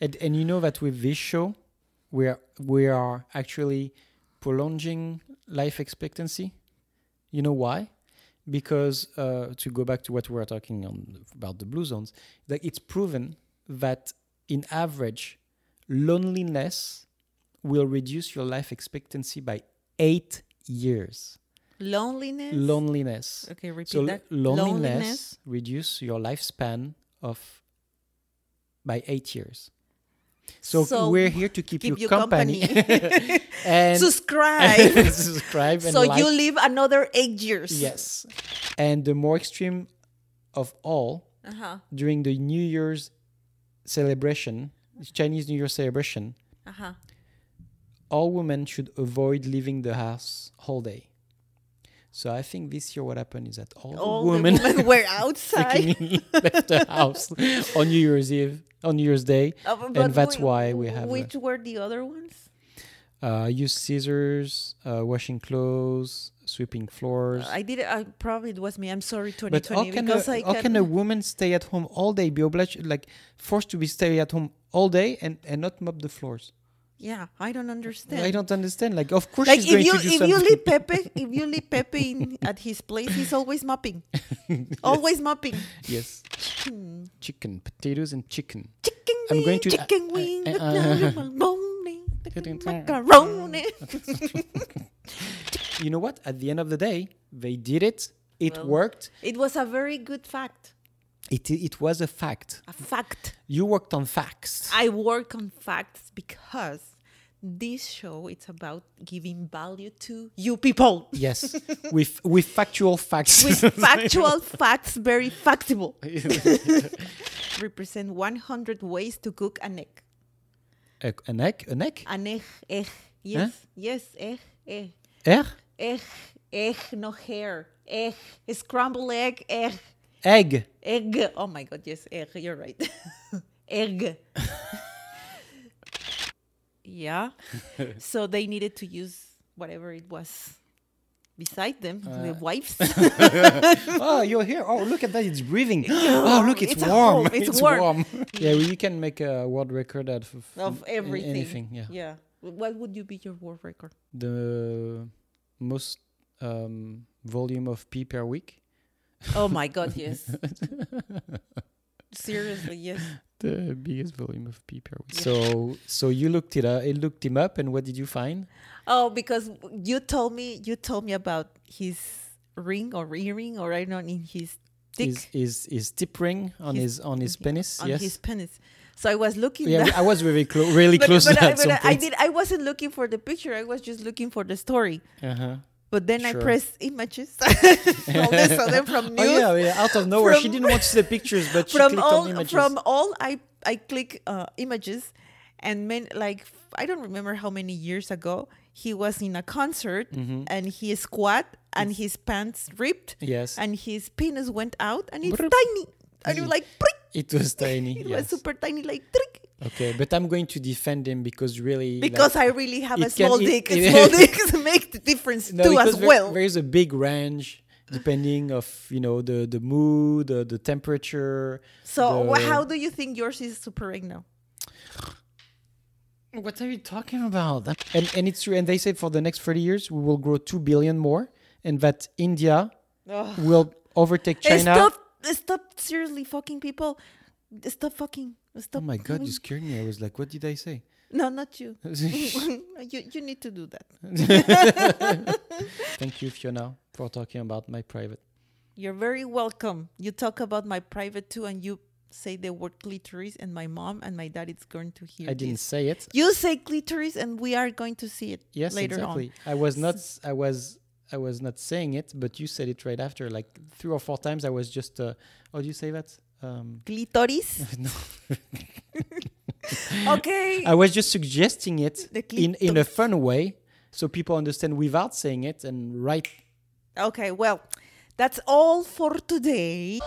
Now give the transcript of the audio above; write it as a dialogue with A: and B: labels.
A: And, and you know that with this show, we are, we are actually prolonging life expectancy. You know why? Because uh, to go back to what we were talking on about the blue zones, that it's proven that in average, loneliness will reduce your life expectancy by eight years.
B: Loneliness.
A: Loneliness.
B: okay, repeat
A: So
B: that.
A: loneliness, reduce your lifespan of by eight years. So,
B: So,
A: we're here to keep,
B: keep
A: you
B: you
A: company,
B: company.
A: and
B: Subscribe.
A: subscribe and
B: so
A: like.
B: you live another eight years.
A: yes, and the more extreme of all
B: Uh huh.
A: during the New Year's celebration, Chinese New Year celebration,
B: Uh huh.
A: all women should avoid leaving the house whole day. So I think this year what happened is that all,
B: All
A: the women
B: the women were
A: freaking
B: outside.
A: left the house on New Year's Eve, on New Year's Day,
B: Uh, but
A: and that's
B: whi-
A: why we have
B: Which were the other ones?
A: uh, use scissors, uh, washing clothes, sweeping floors.
B: I did. I probably it was me. I'm sorry,
A: but
B: 2020.
A: how can,
B: because I
A: a, how can a woman stay at home all day, be obliged, like forced to be stay at home all day and, and not mop the floors?
B: yeah, I don't understand.
A: I don't understand. Like, of course
B: like
A: she's
B: if
A: going
B: you
A: to do
B: if
A: something.
B: you leave Pepe if you leave Pepe in, at his place, he's always mopping, always mopping.
A: yes,
B: Chicken,
A: chicken, potatoes, and chicken.
B: chicken
A: I'm
B: wing,
A: going to-
B: chicken
A: I-
B: wing,
A: I-
B: the
A: uh,
B: macaroni,
A: Chicken-
B: the macaroni.
A: You know what? At the end of the day, they did it. It
B: Well-
A: worked.
B: It was a very good fact.
A: It it was a fact.
B: A fact.
A: You worked on facts.
B: I work on facts because this show it's about giving value to you people
A: yes, with with factual facts.
B: with factual facts, very factable. Represent 100 ways to cook an egg.
A: a, an egg, an egg,
B: An egg, egg. Yes, yes, egg, egg,
A: er,
B: egg, egg, no hair, egg, scrambled egg, egg,
A: egg.
B: egg. Oh my god, yes, egg, you're right. egg. yeah. So they needed to use whatever it was beside them,
A: Uh,
B: the wives.
A: oh, you're here. Oh, look at that. It's breathing. oh, look, it's,
B: It's
A: warm.
B: warm. It's warm.
A: yeah, well, you can make a world record out of,
B: of
A: a-
B: everything.
A: Anything. Yeah.
B: Yeah. What would you be your world record?
A: The most um, volume of pee per week.
B: Oh my god, yes. Seriously, yes.
A: The biggest volume of pee per week. So, so you looked it up. It looked him up, and what did you find?
B: Oh, because you told me you told me about his ring or earring or I don't know in his dick
A: Is is is tip ring on his,
B: His-
A: on his penis?
B: on
A: yes.
B: his penis. So I was looking
A: yeah,
B: that-
A: I was really close. Really
B: but,
A: close
B: but
A: to
B: I,
A: that.
B: but I- I did I wasn't looking for the picture, I was just looking for the story.
A: Uh huh.
B: But then I
A: Sure.
B: pressed images. all this other from news.
A: Oh yeah, yeah, out of nowhere. she
B: From-
A: didn't want to see the pictures, but she
B: from
A: clicked
B: all
A: on images.
B: from all I I click uh, images, and men like f- I don't remember how many years ago he was in a concert
A: Mm-hmm.
B: and he squat and his pants ripped
A: yes,
B: and his penis went out and it's
A: Brrp.
B: tiny and you're
A: Yeah.
B: like prick.
A: it was tiny.
B: it was
A: yes.
B: super tiny like trick
A: Okay, but I'm going to defend him because really, like-
B: because I really have a
A: it can-
B: small
A: it-
B: dick.
A: it-
B: and small dicks make the difference
A: No,
B: too
A: because
B: as
A: there-
B: well.
A: there is a big range depending of you know the the mood, uh, the temperature.
B: so wh-
A: the-
B: how do you think yours is super right now?
A: What are you talking about? And and it's true. And they said for the next thirty years we will grow two billion more, and that India
B: Ugh.
A: will overtake
B: Eh,
A: China.
B: Stop! eh, Stop! Seriously, fucking people! Stop fucking!
A: Oh
B: Stop!
A: my god, you
B: doing-
A: scared me. I was like, what did I say?
B: No, not you. you you need to do that.
A: Thank you, Fiona, for talking about my private.
B: You're very welcome. You talk about my private too, and you say the word clitoris, and my mom and my dad is going to hear.
A: I didn't
B: this.
A: say it.
B: You say clitoris, and we are going to see it
A: Yes,
B: later
A: exactly. I was not. s- I was. I was not saying it, but you said it right after, like three or four times. I was just. Uh, how do you say that? Um,
B: on. Clitoris.
A: no.
B: okay.
A: I was just suggesting it
B: The
A: in in a fun way, so people understand without saying it and right.
B: Okay. Well, that's all for today.